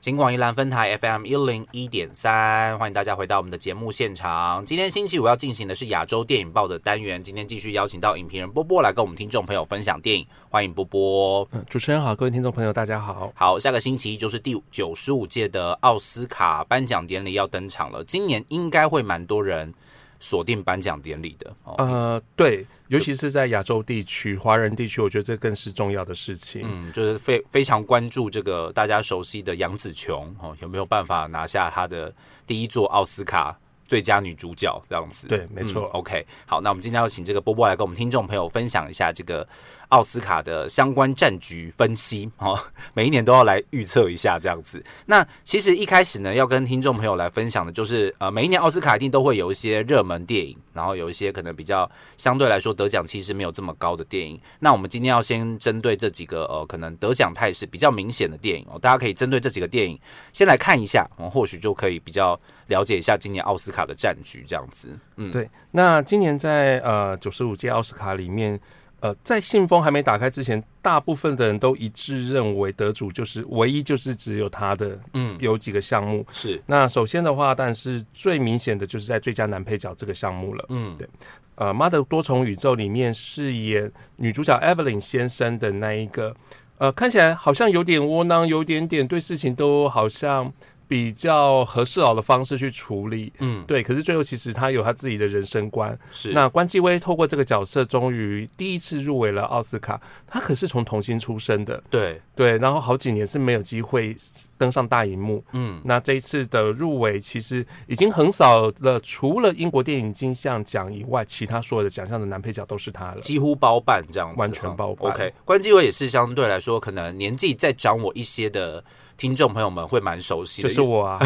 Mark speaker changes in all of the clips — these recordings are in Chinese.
Speaker 1: 金广宜兰分台 FM 一零一点三，欢迎大家回到我们的节目现场。今天星期五要进行的是亚洲电影报的单元，今天继续邀请到影评人波波来跟我们听众朋友分享电影，欢迎波波。
Speaker 2: 嗯，主持人好，各位听众朋友，大家好。
Speaker 1: 好，下个星期一就是第九十五届的奥斯卡颁奖典礼要登场了，今年应该会蛮多人锁定颁奖典礼的哦。
Speaker 2: 呃，对，尤其是在亚洲地区、华人地区，我觉得这更是重要的事情。
Speaker 1: 嗯，就是非非常关注这个大家熟悉的杨紫琼哦，有没有办法拿下她的第一座奥斯卡最佳女主角这样子？
Speaker 2: 对没错
Speaker 1: 嗯 OK，好，那我们今天要请这个波波来跟我们听众朋友分享一下这个奥斯卡的相关战局分析哦，每一年都要来预测一下这样子。那其实一开始呢，要跟听众朋友来分享的就是，呃，每一年奥斯卡一定都会有一些热门电影，然后有一些可能比较相对来说得奖其实没有这么高的电影。那我们今天要先针对这几个呃，可能得奖态势比较明显的电影哦，大家可以针对这几个电影先来看一下，我们或许就可以比较了解一下今年奥斯卡的战局这样子。嗯，
Speaker 2: 对，那今年在呃九十五届奥斯卡里面，呃，在信封还没打开之前，大部分的人都一致认为得主就是唯一，就是只有他的
Speaker 1: 嗯，
Speaker 2: 有几个项目。
Speaker 1: 是，
Speaker 2: 那首先的话，但是最明显的就是在最佳男配角这个项目了。
Speaker 1: 嗯，
Speaker 2: 对呃，《妈的多重宇宙》里面饰演女主角 Evelyn 先生的那一个，呃，看起来好像有点窝囊，有点点对事情都好像比较合适佬的方式去处理。
Speaker 1: 嗯，
Speaker 2: 对，可是最后其实他有他自己的人生观。
Speaker 1: 是，
Speaker 2: 那关继威透过这个角色，终于第一次入围了奥斯卡。他可是从童星出身的，
Speaker 1: 对，
Speaker 2: 对，然后好几年是没有机会登上大荧幕。
Speaker 1: 嗯，
Speaker 2: 那这一次的入围其实已经横扫了，除了英国电影金像奖以外，其他所有的奖项的男配角都是他了。
Speaker 1: 几乎包办这样子，哦
Speaker 2: 完全包办
Speaker 1: OK，关继威也是相对来说，可能年纪再长我一些的听众朋友们会蛮熟悉
Speaker 2: 就
Speaker 1: 的，
Speaker 2: 是我啊，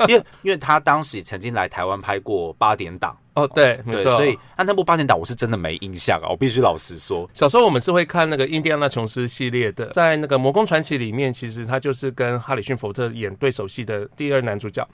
Speaker 1: 因为因为因为他当时曾经来台湾拍过八点档，
Speaker 2: 哦，对，没
Speaker 1: 对，
Speaker 2: 错。
Speaker 1: 所以啊那部八点档我是真的没印象啊，我必须老实说，
Speaker 2: 小时候我们是会看那个《印第安纳琼斯》系列的，在那个《魔宫传奇》里面，其实他就是跟哈里逊·福特演对手戏的第二男主角。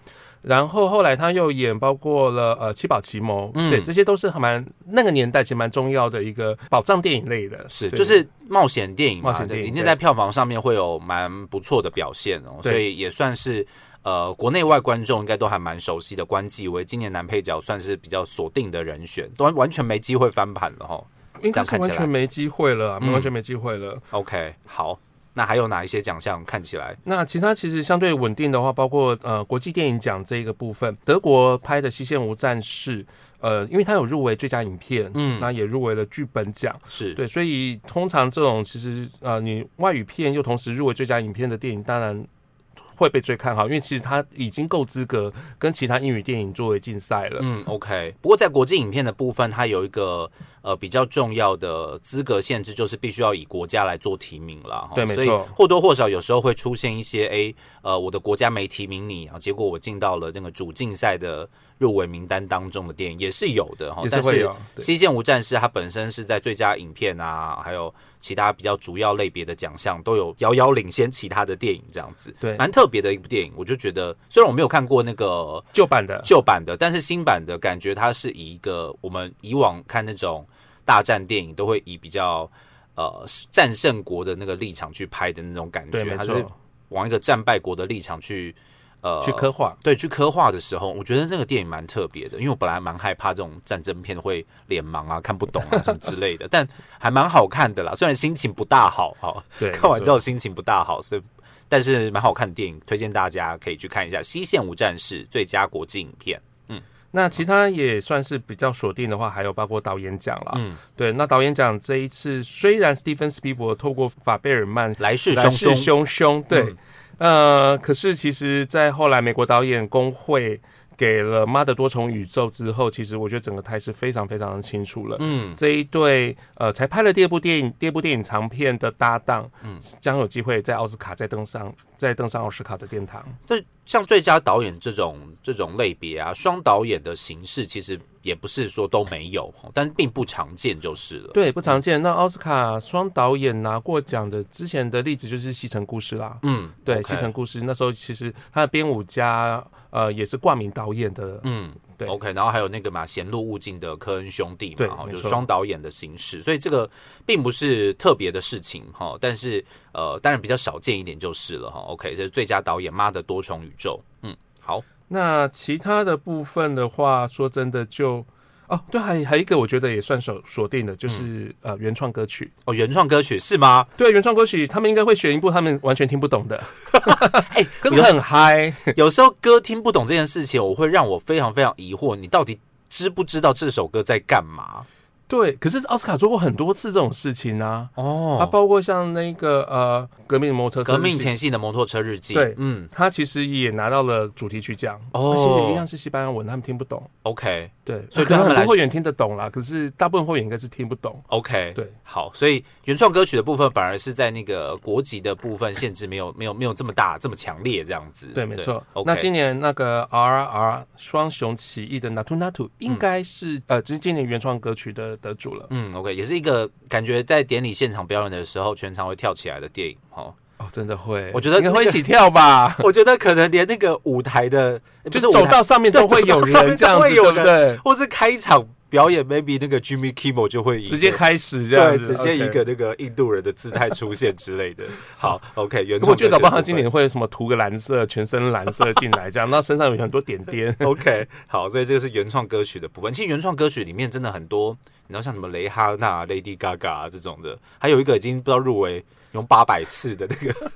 Speaker 2: 然后后来他又演包括了呃《七宝奇谋》
Speaker 1: 嗯
Speaker 2: 对，这些都是还蛮那个年代其实蛮重要的一个宝藏电影类的，
Speaker 1: 是
Speaker 2: 对
Speaker 1: 就是冒险电影嘛，
Speaker 2: 冒险电影
Speaker 1: 一定
Speaker 2: 对
Speaker 1: 在票房上面会有蛮不错的表现哦，
Speaker 2: 对
Speaker 1: 所以也算是。呃，国内外观众应该都还蛮熟悉的关继威，今年男配角算是比较锁定的人选，都完全没机会翻盘了哈。
Speaker 2: 应该是
Speaker 1: 这样看起来
Speaker 2: 完全没机会了啊，
Speaker 1: 嗯
Speaker 2: 完全没机会了。
Speaker 1: OK，好，那还有哪一些奖项看起来？
Speaker 2: 那其他其实相对稳定的话，包括呃国际电影奖这一个部分，德国拍的《西线无战事》，呃，因为它有入围最佳影片，
Speaker 1: 嗯
Speaker 2: 那也入围了剧本奖，
Speaker 1: 是
Speaker 2: 对，所以通常这种其实呃你外语片又同时入围最佳影片的电影，当然。会被最看好，因为其实它已经够资格跟其他英语电影作为竞赛了。
Speaker 1: 嗯，OK。不过在国际影片的部分，它有一个呃比较重要的资格限制，就是必须要以国家来做提名了。哈
Speaker 2: 对没
Speaker 1: 所以
Speaker 2: 错
Speaker 1: 或多或少有时候会出现一些，诶，呃，我的国家没提名你啊，结果我进到了那个主竞赛的入围名单当中的电影也是有的哈。
Speaker 2: 也是
Speaker 1: 但
Speaker 2: 会有对
Speaker 1: 西线无战事》它本身是在最佳影片啊，还有其他比较主要类别的奖项都有遥遥领先其他的电影这样子，
Speaker 2: 对
Speaker 1: 蛮特别的一部电影。我就觉得，虽然我没有看过那个
Speaker 2: 旧版的，
Speaker 1: 旧版的，但是新版的感觉它是以一个我们以往看那种大战电影都会以比较呃战胜国的那个立场去拍的那种感
Speaker 2: 对，
Speaker 1: 觉，
Speaker 2: 没
Speaker 1: 它是
Speaker 2: 错，
Speaker 1: 往一个战败国的立场去呃
Speaker 2: 去刻画。
Speaker 1: 对去刻画的时候，我觉得那个电影蛮特别的，因为我本来蛮害怕这种战争片会脸盲啊、看不懂啊什么之类的， 但还蛮好看的啦。虽然心情不大好，哈、
Speaker 2: 对，
Speaker 1: 看完
Speaker 2: 没
Speaker 1: 之
Speaker 2: 错
Speaker 1: 后心情不大好，所以但是蛮好看的电影，推荐大家可以去看一下《西线无战事》最佳国际影片。
Speaker 2: 那其他也算是比较锁定的话，还有包括导演奖啦。
Speaker 1: 嗯，
Speaker 2: 对，那导演奖这一次虽然 Steven Spielberg 透过法贝尔曼
Speaker 1: 来势
Speaker 2: 来
Speaker 1: 汹
Speaker 2: 势
Speaker 1: 汹，
Speaker 2: 汹汹，对，
Speaker 1: 嗯
Speaker 2: 呃，可是其实，在后来美国导演工会给了《妈的多重宇宙》之后，其实我觉得整个态势非常非常的清楚了。
Speaker 1: 嗯，
Speaker 2: 这一对呃，才拍了第二部电影、第二部电影长片的搭档，
Speaker 1: 嗯
Speaker 2: 嗯，将有机会在奥斯卡再登上、再登上奥斯卡的殿堂。
Speaker 1: 这像最佳导演这种这种类别啊，双导演的形式其实也不是说都没有，但并不常见就是了。
Speaker 2: 对，不常见。那奥斯卡双导演拿过奖的之前的例子就是《西城故事》啦。
Speaker 1: 嗯，
Speaker 2: 对，《
Speaker 1: OK
Speaker 2: 西城故事》那时候其实他的编舞家呃也是挂名导演的
Speaker 1: 嗯，
Speaker 2: 对
Speaker 1: OK，然后还有那个嘛，贤路物境的科恩兄弟嘛，
Speaker 2: 对
Speaker 1: 哈，
Speaker 2: 没
Speaker 1: 就
Speaker 2: 错
Speaker 1: 是双导演的形式，所以这个并不是特别的事情哈，但是呃，当然比较少见一点就是了哈。OK，这是最佳导演《妈的多重宇宙》，嗯，好，
Speaker 2: 那其他的部分的话，说真的就哦，对，还还有一个我觉得也算锁锁定的，就是、
Speaker 1: 嗯
Speaker 2: 呃原创歌曲。
Speaker 1: 哦，原创歌曲是 吗？
Speaker 2: 对，原创歌曲他们应该会选一部他们完全听不懂的，
Speaker 1: 哎、
Speaker 2: 可是很嗨。
Speaker 1: 有时候歌听不懂这件事情，我会让我非常非常疑惑，你到底知不知道这首歌在干嘛？
Speaker 2: 对，可是奥斯卡做过很多次这种事情啊，啊，
Speaker 1: 哦，
Speaker 2: 包括像那个呃革命摩托车
Speaker 1: 革命
Speaker 2: 事情。
Speaker 1: 前夕的摩托车日记，
Speaker 2: 对
Speaker 1: 嗯
Speaker 2: 他其实也拿到了主题曲奖，
Speaker 1: 哦
Speaker 2: 而且一样是西班牙文，他们听不懂。
Speaker 1: ，OK，
Speaker 2: 对，
Speaker 1: 所以对
Speaker 2: 可能
Speaker 1: 他们来
Speaker 2: 很多
Speaker 1: 说
Speaker 2: 会员听得懂啦，可是大部分会员应该是听不懂。
Speaker 1: OK，
Speaker 2: 对，
Speaker 1: 好，所以原创歌曲的部分反而是在那个国籍的部分限制没有没有没有这么大这么强烈这样子。
Speaker 2: 对，没错。
Speaker 1: 哦 OK，
Speaker 2: 那今年那个 R R 双雄起义的 Natu
Speaker 1: 嗯
Speaker 2: Natu 应该是、呃，就是今年原创歌曲的得主了。
Speaker 1: 嗯，OK，也是一个感觉在典礼现场表演的时候全场会跳起来的电影 哦。
Speaker 2: 哦，真的会，
Speaker 1: 我觉得
Speaker 2: 应该会
Speaker 1: 那个
Speaker 2: 一起跳 吧，
Speaker 1: 我觉得可能连那个舞台的，不
Speaker 2: 就是是
Speaker 1: 舞
Speaker 2: 走
Speaker 1: 台，
Speaker 2: 到上面都会有
Speaker 1: 对走到上面
Speaker 2: 人这样
Speaker 1: 都
Speaker 2: 子，
Speaker 1: 会有
Speaker 2: 对不对？
Speaker 1: 或是开场表演，maybe 那个 Jimmy Kimmel 就会一个
Speaker 2: 直接开始这样
Speaker 1: 对，
Speaker 2: 子，
Speaker 1: 直接一
Speaker 2: OK
Speaker 1: 个。那个印度人的姿态出现之类的。好，OK，原创歌曲的部分。
Speaker 2: 我觉得搞不好他今年会什么涂个蓝色，全身蓝色进来，这样，那身上有很多点点。
Speaker 1: OK，好，所以这个是原创歌曲的部分。其实原创歌曲里面真的很多，你知道像什么蕾哈娜、Lady Gaga 啊这种的，还有一个已经不知道入围用八百次的那个，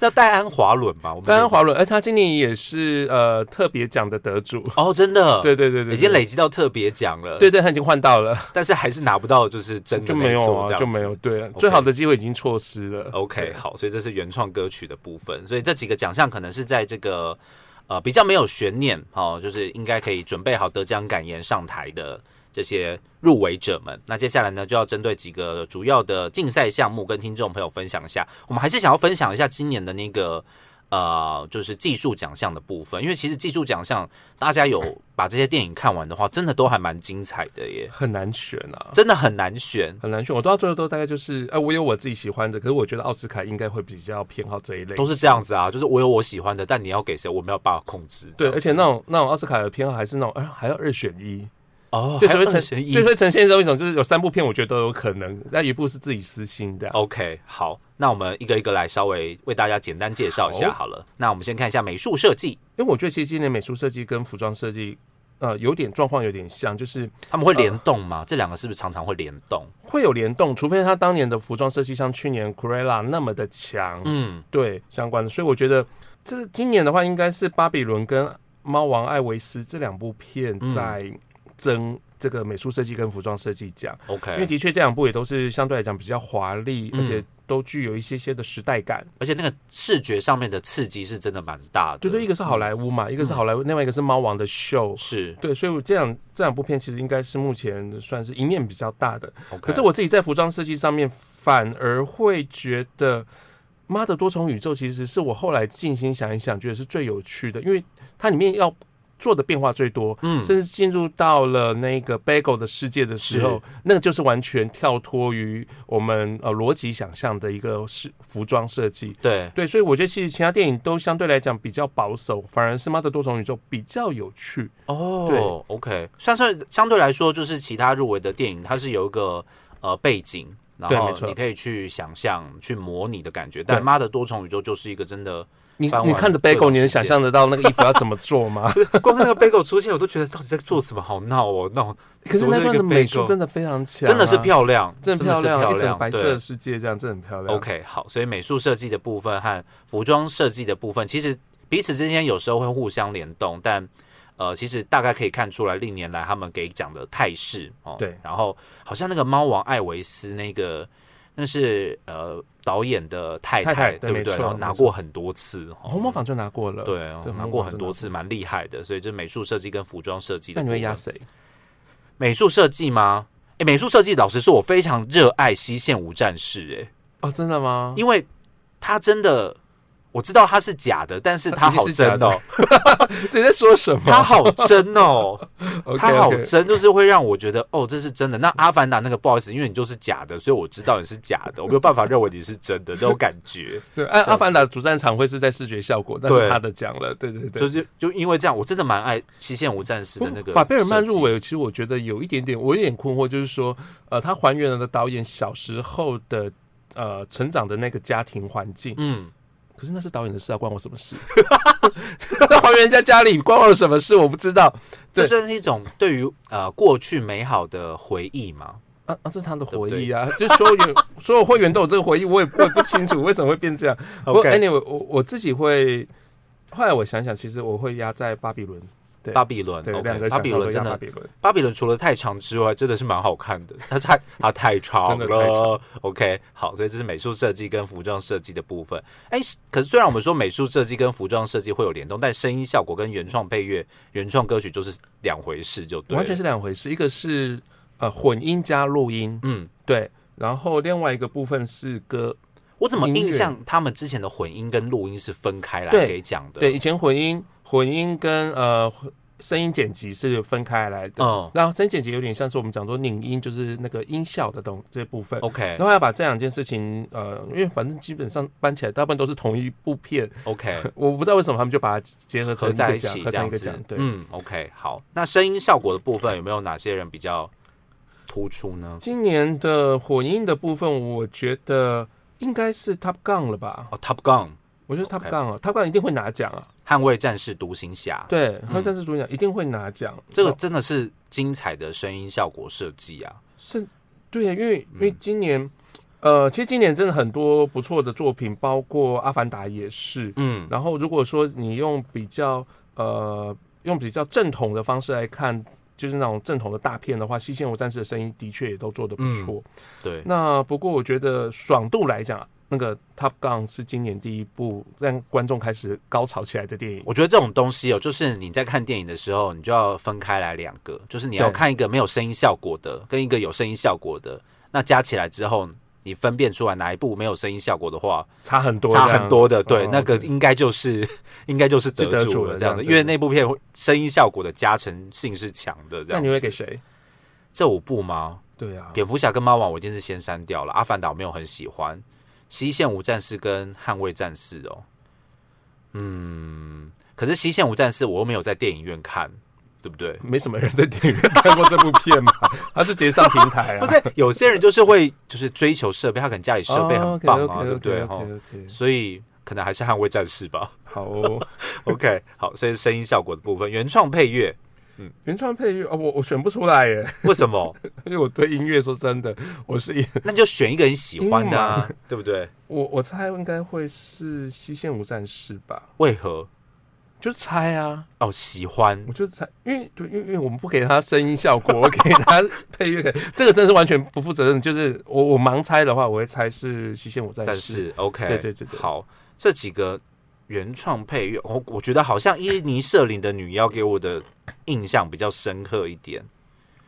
Speaker 1: 那戴安华伦嘛，我们
Speaker 2: 当然，华伦，哎而且他今年也是呃特别奖的得主。
Speaker 1: 哦，真的，
Speaker 2: 对对对对，
Speaker 1: 已经累积到特别奖了，，
Speaker 2: 对对，他已经换到了，
Speaker 1: 但是还是拿不到就是真的
Speaker 2: 就没有
Speaker 1: 座这
Speaker 2: 啊，
Speaker 1: 样
Speaker 2: 就
Speaker 1: 子
Speaker 2: 没有。对，最好的机会已经错失了。
Speaker 1: OK，好，所以这是原创歌曲的部分，所以这几个奖项可能是在这个呃比较没有悬念哦，就是应该可以准备好得奖感言上台的这些入围者们。那接下来呢，就要针对几个主要的竞赛项目跟听众朋友分享一下。我们还是想要分享一下今年的那个。呃，就是技术奖项的部分，因为其实技术奖项，大家有把这些电影看完的话，真的都还蛮精彩的耶，
Speaker 2: 很难选啊，
Speaker 1: 真的很难选。
Speaker 2: 很难选。我到最后都大概就是，呃，我有我自己喜欢的，可是我觉得奥斯卡应该会比较偏好这一类。
Speaker 1: 都是这样子啊，就是我有我喜欢的，但你要给谁，我没有办法控制。
Speaker 2: 对，
Speaker 1: 这样子
Speaker 2: 而且那种那种奥斯卡的偏好还是那种，哎、还要二选一，
Speaker 1: 哦，
Speaker 2: 对，
Speaker 1: 还
Speaker 2: 所
Speaker 1: 有
Speaker 2: 以
Speaker 1: 二
Speaker 2: 呈
Speaker 1: 选一
Speaker 2: 对，。所以呈现这种一种就是有三部片，我觉得都有可能，那一部是自己私心的。
Speaker 1: OK，好，那我们一个一个来稍微为大家简单介绍一下
Speaker 2: 好
Speaker 1: 好了。那我们先看一下美术设计，
Speaker 2: 因为我觉得其实今年美术设计跟服装设计，呃，有点状况有点像，就是
Speaker 1: 他们会
Speaker 2: 呃
Speaker 1: 联动吗？这两个是不是常常会联动？
Speaker 2: 会有联动，除非他当年的服装设计像去年 c u r e l a 那么的强，
Speaker 1: 嗯，
Speaker 2: 对相关的，所以我觉得这今年的话，应该是《巴比伦》跟《猫王艾维斯》这两部片
Speaker 1: 嗯
Speaker 2: 在争这个美术设计跟服装设计奖，因为
Speaker 1: OK，
Speaker 2: 的确这两部也都是相对来讲比较华丽，
Speaker 1: 哎嗯
Speaker 2: 而且都具有一些些的时代感。
Speaker 1: 而且那个视觉上面的刺激是真的蛮大的。
Speaker 2: 对对，一个是好莱坞
Speaker 1: 嗯
Speaker 2: 嘛，一个是好莱坞，另外一个是猫王的秀。
Speaker 1: 是
Speaker 2: 对，所以我这两这两部片其实应该是目前算是赢面比较大的。
Speaker 1: OK，
Speaker 2: 可是我自己在服装设计上面反而会觉得，《妈的多重宇宙》其实是我后来静心想一想，觉得是最有趣的，因为它里面要做的变化最多，
Speaker 1: 嗯
Speaker 2: 甚至进入到了那个 bagel 的世界的时候，那个就是完全跳脱于我们呃逻辑想象的一个是服装设计。
Speaker 1: 对
Speaker 2: 对，所以我觉得其实其他电影都相对来讲比较保守，反而是《妈的多重宇宙》比较有趣。
Speaker 1: 哦
Speaker 2: 对
Speaker 1: ，OK，算是相对来说，就是其他入围的电影，它是有一个呃背景，然
Speaker 2: 对
Speaker 1: 后
Speaker 2: 没错
Speaker 1: 你可以去想象、去模拟的感觉。但
Speaker 2: 对
Speaker 1: 妈的多重宇宙就是一个真的，
Speaker 2: 你
Speaker 1: 翻
Speaker 2: 你
Speaker 1: 完
Speaker 2: 看着
Speaker 1: 各种
Speaker 2: bagel，你能
Speaker 1: 世界
Speaker 2: 想象得到那个衣服要怎么做吗？
Speaker 1: 光是那个 bagel 出现，我都觉得到底在做什么，好闹哦，闹，啊
Speaker 2: 可是那段的美术
Speaker 1: 怎
Speaker 2: 真的非常强、啊
Speaker 1: 真的是漂亮，
Speaker 2: 真的漂
Speaker 1: 是
Speaker 2: 亮，
Speaker 1: 漂
Speaker 2: 一整
Speaker 1: 亮，
Speaker 2: 白色
Speaker 1: 对
Speaker 2: 的世界这样，真的很漂亮。
Speaker 1: OK，好，所以美术设计的部分和服装设计的部分，其实彼此之间有时候会互相联动，但呃，其实大概可以看出来历年来他们给讲的态势哦。
Speaker 2: 对
Speaker 1: 然后好像那个猫王艾维斯那个。那是呃导演的太
Speaker 2: 太太对
Speaker 1: 对不
Speaker 2: 没
Speaker 1: 对？
Speaker 2: 错
Speaker 1: 然后拿过很多次，哦
Speaker 2: 红模仿就拿过了，，
Speaker 1: 对，哦
Speaker 2: 对
Speaker 1: 拿
Speaker 2: 红
Speaker 1: 过
Speaker 2: 模
Speaker 1: 很
Speaker 2: 仿
Speaker 1: 多
Speaker 2: 拿
Speaker 1: 次，蛮厉害的。所以这美术设计跟服装设计的
Speaker 2: 那
Speaker 1: 部分，
Speaker 2: 你会压谁？
Speaker 1: 美术设计吗？哎，美术设计，老实说，我非常热爱《西线无战事》哎，
Speaker 2: 哦，真的吗？
Speaker 1: 因为它真的，我知道它是假的，但是它好真哦，
Speaker 2: 你在说什么？
Speaker 1: 它好真哦，
Speaker 2: OK，OK
Speaker 1: 它好真，就是会让我觉得哦，这是真的。那阿凡达那个不好意思，因为你就是假的，所以我知道你是假的，我没有办法认为你是真的那种感觉。
Speaker 2: 对，啊阿阿凡达主战场会是在视觉效果，那
Speaker 1: 对
Speaker 2: 是他的奖了。对 对对，
Speaker 1: 就是就因为这样，我真的蛮爱《西线无战事》的那个
Speaker 2: 法贝尔曼
Speaker 1: 设计
Speaker 2: 入围，其实我觉得有一点点，我有点困惑，就是说，呃，他还原了导演小时候的呃成长的那个家庭环境，
Speaker 1: 嗯，
Speaker 2: 可是那是导演的事啊，关我什么事？ 他还原人家家里，关我什么事？我不知道
Speaker 1: 这
Speaker 2: 对
Speaker 1: 算是一种对于呃过去美好的回忆嘛？
Speaker 2: 啊啊，这是他的回忆啊，就所有员 所有会员都有这个回忆，我也我也不清楚为什么会变这样。不过
Speaker 1: OK
Speaker 2: anyway，我我自己会，后来我想想，其实我会压在巴比伦，对
Speaker 1: 巴比伦
Speaker 2: 对，两
Speaker 1: ，OK，
Speaker 2: 个
Speaker 1: 巴比
Speaker 2: 想法
Speaker 1: 伦
Speaker 2: 都
Speaker 1: 真
Speaker 2: 压巴
Speaker 1: 的，
Speaker 2: 比伦。
Speaker 1: 巴比伦除了太长之外，真的是蛮好看的。它太它太长
Speaker 2: 真的太
Speaker 1: 了。OK，好，所以这是美术设计跟服装设计的部分。哎，可是虽然我们说美术设计跟服装设计会有联动，但声音效果跟原创配乐、原创歌曲就是两回事，就对了。
Speaker 2: 完全是两回事，一个是呃混音加录音，
Speaker 1: 嗯，
Speaker 2: 对，然后另外一个部分是歌，
Speaker 1: 我怎么
Speaker 2: 音乐
Speaker 1: 印象他们之前的混音跟录音是分开来
Speaker 2: 对
Speaker 1: 给讲的？
Speaker 2: 对，以，前混音混音跟呃声音剪辑是分开来的，
Speaker 1: 嗯
Speaker 2: 然后声音剪辑有点像是我们讲说拧音，就是那个音效的东这部分。
Speaker 1: ，OK
Speaker 2: 然后要把这两件事情，呃，因为反正基本上搬起来，大部分都是同一部片，
Speaker 1: OK，
Speaker 2: 我不知道为什么他们就把它结合成
Speaker 1: 合
Speaker 2: 一
Speaker 1: 在
Speaker 2: 个
Speaker 1: 一
Speaker 2: 奖，
Speaker 1: 起
Speaker 2: 合
Speaker 1: 这
Speaker 2: 成一
Speaker 1: 样
Speaker 2: 个
Speaker 1: 子
Speaker 2: 奖，。对。
Speaker 1: 嗯，OK，好。那声音效果的部分有没有哪些人比较突出呢？
Speaker 2: 今年的混音的部分，我觉得应该是 Top Gun 了吧？
Speaker 1: 哦，Top Gun。
Speaker 2: 我觉得 Top
Speaker 1: OK 嗯
Speaker 2: Gun 啊，Top Gun 一定会拿奖啊！
Speaker 1: 捍卫战士、独行侠，
Speaker 2: 对，他战士主讲一定会拿奖。
Speaker 1: 这个
Speaker 2: 哦
Speaker 1: 真的是精彩的声音效果设计啊！
Speaker 2: 是，对啊，因
Speaker 1: 嗯
Speaker 2: 为因为今年，呃，其实今年真的很多不错的作品，包括《阿凡达》也是。
Speaker 1: 嗯，
Speaker 2: 然后如果说你用比较呃用比较正统的方式来看，就是那种正统的大片的话，《西线无战士》的声音的确也都做得不错。
Speaker 1: 嗯对，
Speaker 2: 那不过我觉得爽度来讲。那个《Top Gun》是今年第一部让观众开始高潮起来的电影，
Speaker 1: 我觉得这种东西哦，就是你在看电影的时候，你就要分开来两个，就是你要
Speaker 2: 对
Speaker 1: 看一个没有声音效果的，跟一个有声音效果的，那加起来之后，你分辨出来哪一部没有声音效果的话，
Speaker 2: 差很多，
Speaker 1: 差很多的，
Speaker 2: 这样
Speaker 1: 对，
Speaker 2: 哦
Speaker 1: 那个应该就是 应该就是得
Speaker 2: 是得
Speaker 1: 主
Speaker 2: 主
Speaker 1: 了
Speaker 2: 了
Speaker 1: 这样子，
Speaker 2: 这样
Speaker 1: 因为
Speaker 2: 对
Speaker 1: 那部片声音效果的加成性是强的，这
Speaker 2: 那
Speaker 1: 样
Speaker 2: 你。会给谁？
Speaker 1: 这五部吗？
Speaker 2: 对啊，
Speaker 1: 蝙蝠侠跟猫王我一定是先删掉了，阿凡达我没有很喜欢，西线无战士跟捍卫战士哦，嗯，可是西线无战士我又没有在电影院看，对不对？
Speaker 2: 没什么人在电影院看过这部片嘛，他就直接上平台啊。
Speaker 1: 不是，有些人就是会就是追求设备，他可能家里设备很棒啊，
Speaker 2: o
Speaker 1: 对不对？哈
Speaker 2: o k
Speaker 1: 所以可能还是捍卫战士吧。
Speaker 2: 好哦，
Speaker 1: OK，好，所以声音效果的部分，原创配乐
Speaker 2: 原创配乐哦，我我选不出来耶，
Speaker 1: 为什么？
Speaker 2: 因为我对音乐说真的，我是一
Speaker 1: 那你就选一个你喜欢的、啊，对不对？
Speaker 2: 我我猜应该会是《西线无战事》吧，
Speaker 1: 为何？
Speaker 2: 就猜啊，
Speaker 1: 哦，喜欢
Speaker 2: 我就猜，因为对，因为因为我们不给他声音效果，我给他配乐，这个真是完全不负责任。就是我我盲猜的话，我会猜是《西线无战
Speaker 1: 但
Speaker 2: 事》。
Speaker 1: 是 OK，
Speaker 2: 对对对对
Speaker 1: 好，这几个原创配乐，我我觉得好像伊尼舍林的女妖给我的印象比较深刻一点，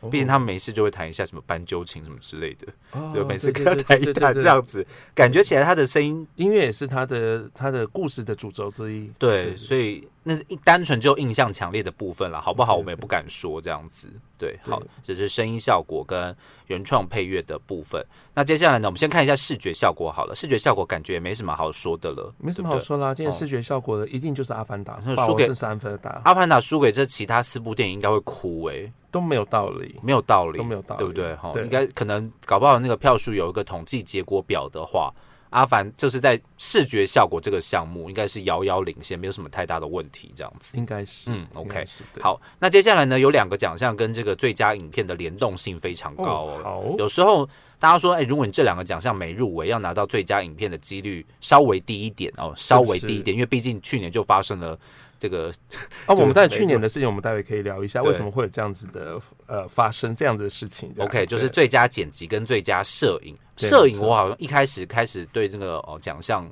Speaker 2: 哦
Speaker 1: 毕竟他们每次就会弹一下什么斑鸠琴什么之类的，
Speaker 2: 哦
Speaker 1: 对，每次
Speaker 2: 对
Speaker 1: 跟他
Speaker 2: 对对
Speaker 1: 弹
Speaker 2: 对
Speaker 1: 一
Speaker 2: 对
Speaker 1: 弹
Speaker 2: 对
Speaker 1: 这样子，感觉起来他的声音
Speaker 2: 音乐也是他的他的故事的主轴之一。
Speaker 1: 对，
Speaker 2: 对
Speaker 1: 所以那一单纯就印象强烈的部分了，好不好？
Speaker 2: 对
Speaker 1: 我们也不敢说这样子。对，
Speaker 2: 对
Speaker 1: 好，这是声音效果跟原创配乐的部分。那接下来呢，我们先看一下视觉效果好了。视觉效果感觉也没什么好说的了，
Speaker 2: 没什
Speaker 1: 对不
Speaker 2: 么好
Speaker 1: 对。
Speaker 2: 说啦，今
Speaker 1: 哦
Speaker 2: 天视觉效果的一定就是《阿凡达
Speaker 1: 那》，
Speaker 2: 霸
Speaker 1: 输
Speaker 2: 王
Speaker 1: 给
Speaker 2: 是三分达，
Speaker 1: 阿凡达输给这其他四部电影应该会哭诶、
Speaker 2: 都没有道理。
Speaker 1: 没有道理，
Speaker 2: 都没有道理
Speaker 1: 对不对？哈，
Speaker 2: 对
Speaker 1: 应该可能搞不好那个票数有一个统计结果表的话，阿凡就是在视觉效果这个项目应该是遥遥领先，没有什么太大的问题这样子。
Speaker 2: 应该是，
Speaker 1: 嗯
Speaker 2: 应该是对
Speaker 1: 好，那接下来呢，有两个奖项跟这个最佳影片的联动性非常高
Speaker 2: 哦
Speaker 1: 哦。
Speaker 2: 好，
Speaker 1: 有时候大家说，哎、如果你这两个奖项没入围，要拿到最佳影片的几率稍微低一点哦，稍微低一点，因为毕竟去年就发生了这个
Speaker 2: 哦，我们在
Speaker 1: 对
Speaker 2: 去年的事情，我们待会可以聊一下，
Speaker 1: 对
Speaker 2: 为什么会有这样子的呃发生这样子的事情这样
Speaker 1: OK，就是
Speaker 2: 对
Speaker 1: 最佳剪辑跟最佳摄影。
Speaker 2: 对
Speaker 1: 摄影
Speaker 2: 没错
Speaker 1: 我好像一开始开始对这个哦奖项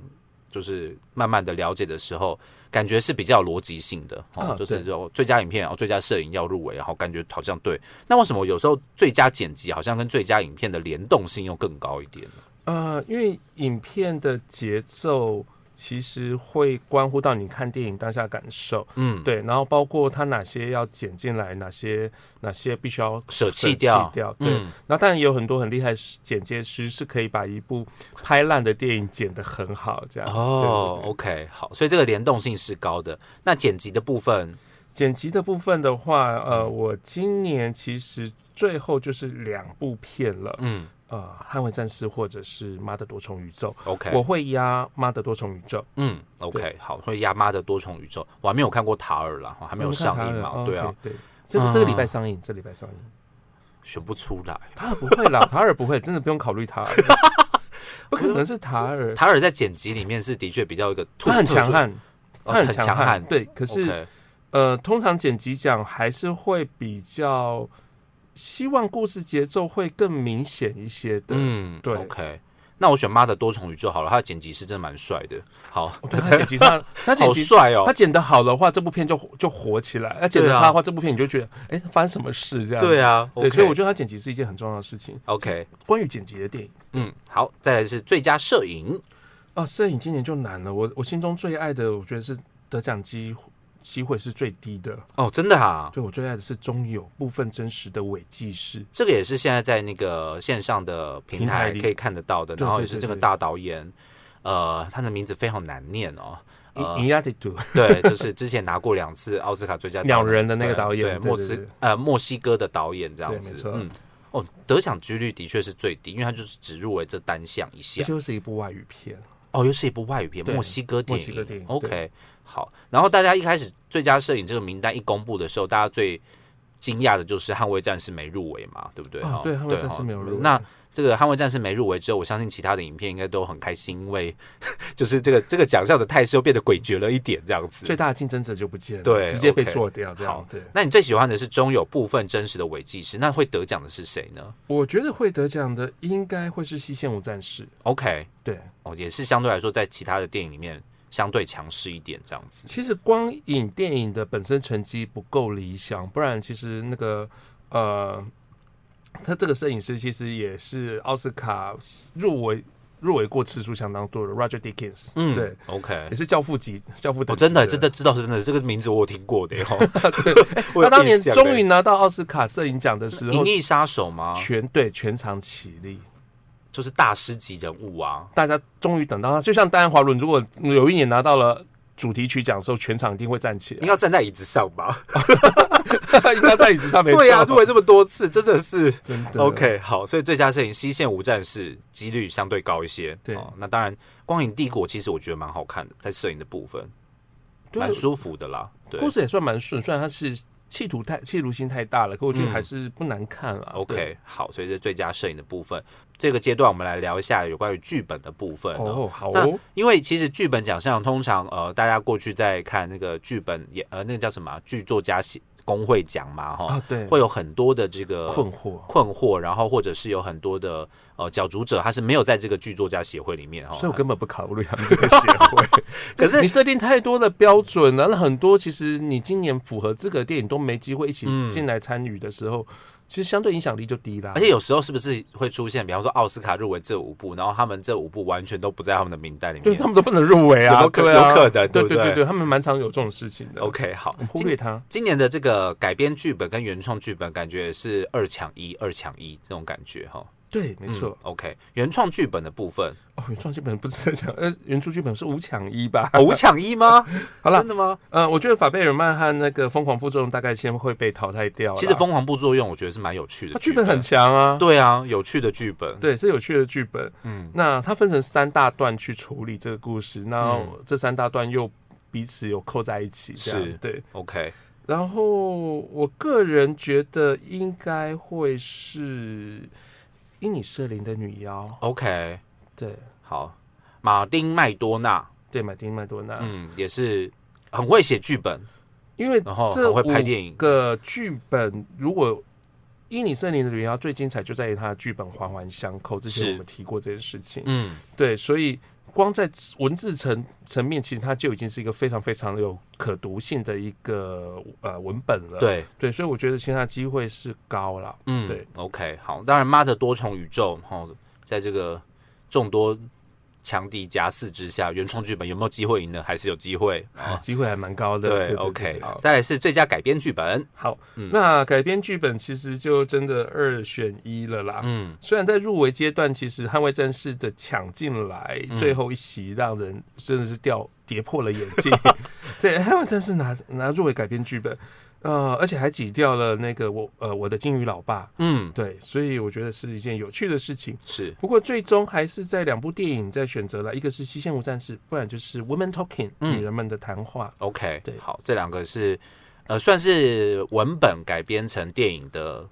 Speaker 1: 就是慢慢的了解的时候，感觉是比较有逻辑性的哦，
Speaker 2: 啊
Speaker 1: 就是
Speaker 2: 对
Speaker 1: 说最佳影片哦，最佳摄影要入围，然后感觉好像对。那为什么有时候最佳剪辑好像跟最佳影片的联动性又更高一点呢？
Speaker 2: 呃，因为影片的节奏其实会关乎到你看电影当下感受，
Speaker 1: 嗯，，
Speaker 2: 对，然后包括它哪些要剪进来，哪些哪些必须要
Speaker 1: 舍弃
Speaker 2: 弃
Speaker 1: 掉，
Speaker 2: 掉，对。
Speaker 1: 嗯，
Speaker 2: 那当然也有很多很厉害的剪接师是可以把一部拍烂的电影剪得很好，这样
Speaker 1: 哦
Speaker 2: 对对对
Speaker 1: o k 好，所以这个联动性是高的。那剪辑的部分，
Speaker 2: 剪辑的部分的话，呃，
Speaker 1: 嗯
Speaker 2: 我今年其实最后就是两部片了，
Speaker 1: 嗯
Speaker 2: 呃，《捍卫战士》或者是《妈的多重宇宙》，
Speaker 1: ，OK，
Speaker 2: 我会压《妈的多重宇宙》。
Speaker 1: 嗯，OK，好，所以亚妈的多重宇宙，我还没有看过塔尔啦，还没有上映嘛，
Speaker 2: 哦
Speaker 1: 对啊，
Speaker 2: 对，这
Speaker 1: 嗯
Speaker 2: 个这个礼拜上映，这礼拜上映。
Speaker 1: 选不出来。
Speaker 2: 塔尔不会啦， 塔尔不会，真的不用考虑塔尔，不可能是塔尔，
Speaker 1: 塔尔在剪辑里面是的确比较一个突，
Speaker 2: 他很
Speaker 1: 特殊
Speaker 2: 强，悍，
Speaker 1: 哦
Speaker 2: 他很
Speaker 1: 很
Speaker 2: 强
Speaker 1: 悍，
Speaker 2: 悍，对。可是
Speaker 1: OK，
Speaker 2: 呃，通常剪辑奖还是会比较希望故事节奏会更明显一些的。
Speaker 1: 嗯，
Speaker 2: 对
Speaker 1: o k 那我选妈的多重宇宙好了，他的剪辑是真的蛮帅的，好，
Speaker 2: 哦对他剪辑 上， 他剪
Speaker 1: 好
Speaker 2: 辑
Speaker 1: 帅哦
Speaker 2: 他，剪的好的话，这部片就就火起来；他剪的
Speaker 1: 对啊
Speaker 2: 差的话，这部片你就觉得，哎，发生什么事这样？
Speaker 1: 对啊
Speaker 2: 对，所以我
Speaker 1: 就
Speaker 2: 觉得他剪辑是一件很重要的事情。
Speaker 1: OK，
Speaker 2: 关于剪辑的电影
Speaker 1: 嗯，好，再来是最佳摄影，
Speaker 2: 啊，摄影今年就难了。我我心中最爱的，我觉得是得奖机机会是最低的。
Speaker 1: 哦，真的啊，
Speaker 2: 对我最爱的是中有部分真实的伪纪实。
Speaker 1: 这个也是现在在那个线上的平
Speaker 2: 平台
Speaker 1: 台
Speaker 2: 里
Speaker 1: 可以看得到的，
Speaker 2: 对
Speaker 1: 然后
Speaker 2: 对
Speaker 1: 也是
Speaker 2: 对
Speaker 1: 这个
Speaker 2: 对
Speaker 1: 大导演，呃，他的名字非常难念哦。
Speaker 2: In
Speaker 1: 呃
Speaker 2: In a t t i t u
Speaker 1: 对，就是之前拿过两次奥斯卡最 佳导演
Speaker 2: 鸟人的那个导演
Speaker 1: 对，
Speaker 2: 对
Speaker 1: 莫
Speaker 2: 对
Speaker 1: 斯
Speaker 2: 对
Speaker 1: 呃墨西哥的导演这样
Speaker 2: 对
Speaker 1: 子，
Speaker 2: 没错
Speaker 1: 嗯，哦，得奖几率的确是最低，因为他就是只入围这单项一项
Speaker 2: 这，就是一部外语片。
Speaker 1: 哦，又是一部外语片，
Speaker 2: 对
Speaker 1: 墨西哥电影。
Speaker 2: 墨西哥电影
Speaker 1: OK，
Speaker 2: 对
Speaker 1: 好。然后大家一开始最佳摄影这个名单一公布的时候，大家最惊讶的就是《捍卫战士》没入围嘛，对不对？哦
Speaker 2: 哦对捍卫战士
Speaker 1: 哦
Speaker 2: 没有入围
Speaker 1: 那这个《捍卫战士》没入围之后，我相信其他的影片应该都很开心，因为 就是这个这个奖项的态势又变得诡谲了一点，这样
Speaker 2: 最
Speaker 1: 子。
Speaker 2: 大的竞争者就不见了，
Speaker 1: 对
Speaker 2: 直接被
Speaker 1: OK
Speaker 2: 做掉这
Speaker 1: 好
Speaker 2: 样。对，
Speaker 1: 那你最喜欢的是中有部分真实的伪纪实，那会得奖的是谁呢
Speaker 2: 我觉得会得奖的应该会是《西线无战事》。
Speaker 1: ？OK，
Speaker 2: 对，
Speaker 1: 哦，也是相对来说在其他的电影里面相对强势一点，这样子。
Speaker 2: 其实光影电影的本身成绩不够理想，不然其实那个呃，他这个摄影师其实也是奥斯卡入围入围过次数相当多的 Roger Dickens。
Speaker 1: 嗯，
Speaker 2: 对，
Speaker 1: ，OK，
Speaker 2: 也是教父级教父
Speaker 1: 我、
Speaker 2: 等级
Speaker 1: 真的真
Speaker 2: 的
Speaker 1: 的。知道，真的这个名字我有听过的哦。我有
Speaker 2: 他当年
Speaker 1: 印象
Speaker 2: 终于
Speaker 1: 欸
Speaker 2: 拿到奥斯卡摄影奖的时
Speaker 1: 《银
Speaker 2: 候，
Speaker 1: 翼杀手》吗？
Speaker 2: 全对全场起立。
Speaker 1: 就是大师级人物啊。
Speaker 2: 大家终于等到他，就像丹·华伦，如果有一年拿到了主题曲奖的时候，全场一定会站起
Speaker 1: 应
Speaker 2: 来，
Speaker 1: 该站在椅子上吧？
Speaker 2: 一定要在椅子上没错。
Speaker 1: 对啊，入围这么多次，真的是
Speaker 2: 真 的
Speaker 1: OK。好，所以最佳摄影《西线无战事》几率相对高一些。哦
Speaker 2: 对
Speaker 1: 那当然，《光影帝国》其实我觉得蛮好看的，在摄影的部分
Speaker 2: 对
Speaker 1: 蛮舒服的啦。对
Speaker 2: 故事也算蛮顺，虽然他是企图太企图心太大了，可我觉得
Speaker 1: 嗯
Speaker 2: 还是不难看啊。对
Speaker 1: ，OK，好，所以这是最佳摄影的部分。这个阶段我们来聊一下有关于剧本的部分哦
Speaker 2: 哦，好
Speaker 1: 那
Speaker 2: 哦，
Speaker 1: 因为其实剧本奖项通常呃，大家过去在看那个剧本也呃，那个叫什么啊剧作家协工会奖嘛，哈、
Speaker 2: 啊对，
Speaker 1: 会呃有很多的这个
Speaker 2: 困惑，
Speaker 1: 困惑，然后或者是有很多的呃角逐者他是没有在这个剧作家协会里面哈，
Speaker 2: 所以我根本不考 虑他们这个协会。
Speaker 1: 可是
Speaker 2: 你设定太多的标准了，那很多其实你今年符合资格的电影都没机会一起
Speaker 1: 嗯
Speaker 2: 进来参与的时候，其实相对影响力就低啦。
Speaker 1: 而且有时候是不是会出现，比方说奥斯卡入围这五部，然后他们这五部完全都不在他们的名单里
Speaker 2: 对
Speaker 1: 面
Speaker 2: 他们都不能入围啊，
Speaker 1: 有可
Speaker 2: 对啊
Speaker 1: 有可能对
Speaker 2: 对
Speaker 1: 不对
Speaker 2: 对对，他们蛮常有这种事情的。
Speaker 1: ？OK，好
Speaker 2: 我们，忽
Speaker 1: 今嗯
Speaker 2: 略他，
Speaker 1: 今年的这个改编剧本跟原创剧本感觉也是二抢一，二抢一这种感觉哈。
Speaker 2: 对，没
Speaker 1: 嗯
Speaker 2: 错。
Speaker 1: ，OK，原创剧本的部分，
Speaker 2: 哦，原创剧本不是在讲，呃，原著剧本是五抢一吧？
Speaker 1: 哦五抢一吗？
Speaker 2: 好了
Speaker 1: 真，的吗？
Speaker 2: 呃，我觉得法贝尔曼和那个疯狂副作用大概先会被淘汰掉啦。
Speaker 1: 其实《疯狂部作用》我觉得是蛮有趣的
Speaker 2: 他，剧本很强啊，
Speaker 1: 对啊，有趣的剧本，
Speaker 2: 对，是有趣的剧本。
Speaker 1: 嗯，
Speaker 2: 那它分成三大段去处理这个故事，那
Speaker 1: 嗯
Speaker 2: 这三大段又彼此有扣在一起，这
Speaker 1: 是
Speaker 2: 样对。
Speaker 1: ，OK，
Speaker 2: 然后我个人觉得应该会是因你设灵的女妖，
Speaker 1: OK，
Speaker 2: 对
Speaker 1: 好，马丁麦多纳，
Speaker 2: 对，马丁麦多纳，
Speaker 1: 嗯，也是很会写剧本，
Speaker 2: 因为
Speaker 1: 然后
Speaker 2: 这
Speaker 1: 很会拍
Speaker 2: 五
Speaker 1: 电影
Speaker 2: 个剧本如果。因你森林的女妖最精彩就在于它的剧本环环相扣，之
Speaker 1: 是
Speaker 2: 前我们提过这件事情。
Speaker 1: 嗯，
Speaker 2: 对，所以光在文字层层面，其实它就已经是一个非常非常有可读性的一个呃文本了。
Speaker 1: 对，
Speaker 2: 对，所以我觉得其他机会是高了。
Speaker 1: 嗯，
Speaker 2: 对
Speaker 1: ，OK，好，当然，妈的多重宇宙，哈，在这个众多强敌夹四之下，原创剧本有没有机会赢呢？还是有机会？
Speaker 2: 啊，机会还蛮高的。
Speaker 1: 哦对嗯 o k 再来是最佳改编剧本，
Speaker 2: 好，那改编剧本其实就真的二选一了啦。
Speaker 1: 嗯，
Speaker 2: 虽然在入围阶段，其实《捍卫战士》的抢进来最后一席，让人真的是掉跌破了眼镜。对，《捍卫战士拿》拿入围改编剧本，呃，而且还挤掉了那个我呃我的金鱼老爸。
Speaker 1: 嗯，
Speaker 2: 对，所以我觉得是一件有趣的事情。
Speaker 1: 是，
Speaker 2: 不过最终还是在两部电影在选择了，一个是《西线无战事》，不然就是《Women Talking》
Speaker 1: 嗯
Speaker 2: 女人们的谈话。
Speaker 1: OK，
Speaker 2: 对
Speaker 1: 好，这两个是呃，算是文本改编成电影的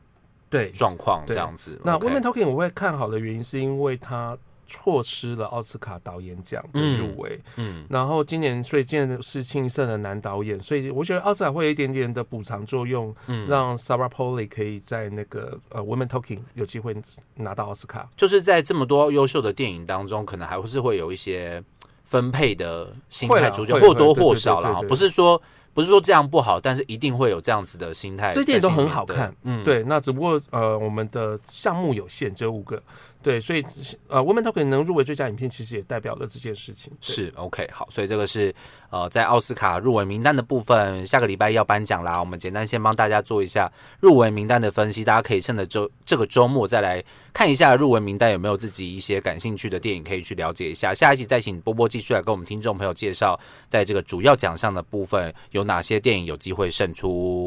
Speaker 2: 对，
Speaker 1: 状况这
Speaker 2: 对
Speaker 1: 样子。
Speaker 2: 那《
Speaker 1: OK
Speaker 2: Women Talking》我会看好的原因，是因为它错失了奥斯卡导演奖的入围，
Speaker 1: 嗯
Speaker 2: 然后今年所以今年是庆盛的男导演，所以我觉得奥斯卡会有一点点的补偿作用，
Speaker 1: 嗯，
Speaker 2: 让 Sarah Polley 可以在那个呃《Women Talking》有机会拿到奥斯卡。
Speaker 1: 就是在这么多优秀的电影当中，可能还是会有一些分配的心
Speaker 2: 会
Speaker 1: 态
Speaker 2: 啦
Speaker 1: 出现，
Speaker 2: 会
Speaker 1: 或多
Speaker 2: 会对
Speaker 1: 或
Speaker 2: 对
Speaker 1: 少
Speaker 2: 对
Speaker 1: 啦
Speaker 2: 对，对
Speaker 1: 不是说不是说这样不好，但是一定会有这样子的心哎态在
Speaker 2: 这
Speaker 1: 心里面的。
Speaker 2: 电影都很好看
Speaker 1: 嗯，
Speaker 2: 对，那只不过呃，我们的项目有限，只有五个，对，所以呃，《Women Talking》能入围最佳影片，其实也代表了这件事情。对
Speaker 1: 是 OK，好，所以这个是呃，在奥斯卡入围名单的部分，下个礼拜要颁奖啦。我们简单先帮大家做一下入围名单的分析，大家可以趁着周这个周末再来看一下入围名单有没有自己一些感兴趣的电影可以去了解一下。下一集再请波波继续来跟我们听众朋友介绍，在这个主要奖项的部分有哪些电影有机会胜出。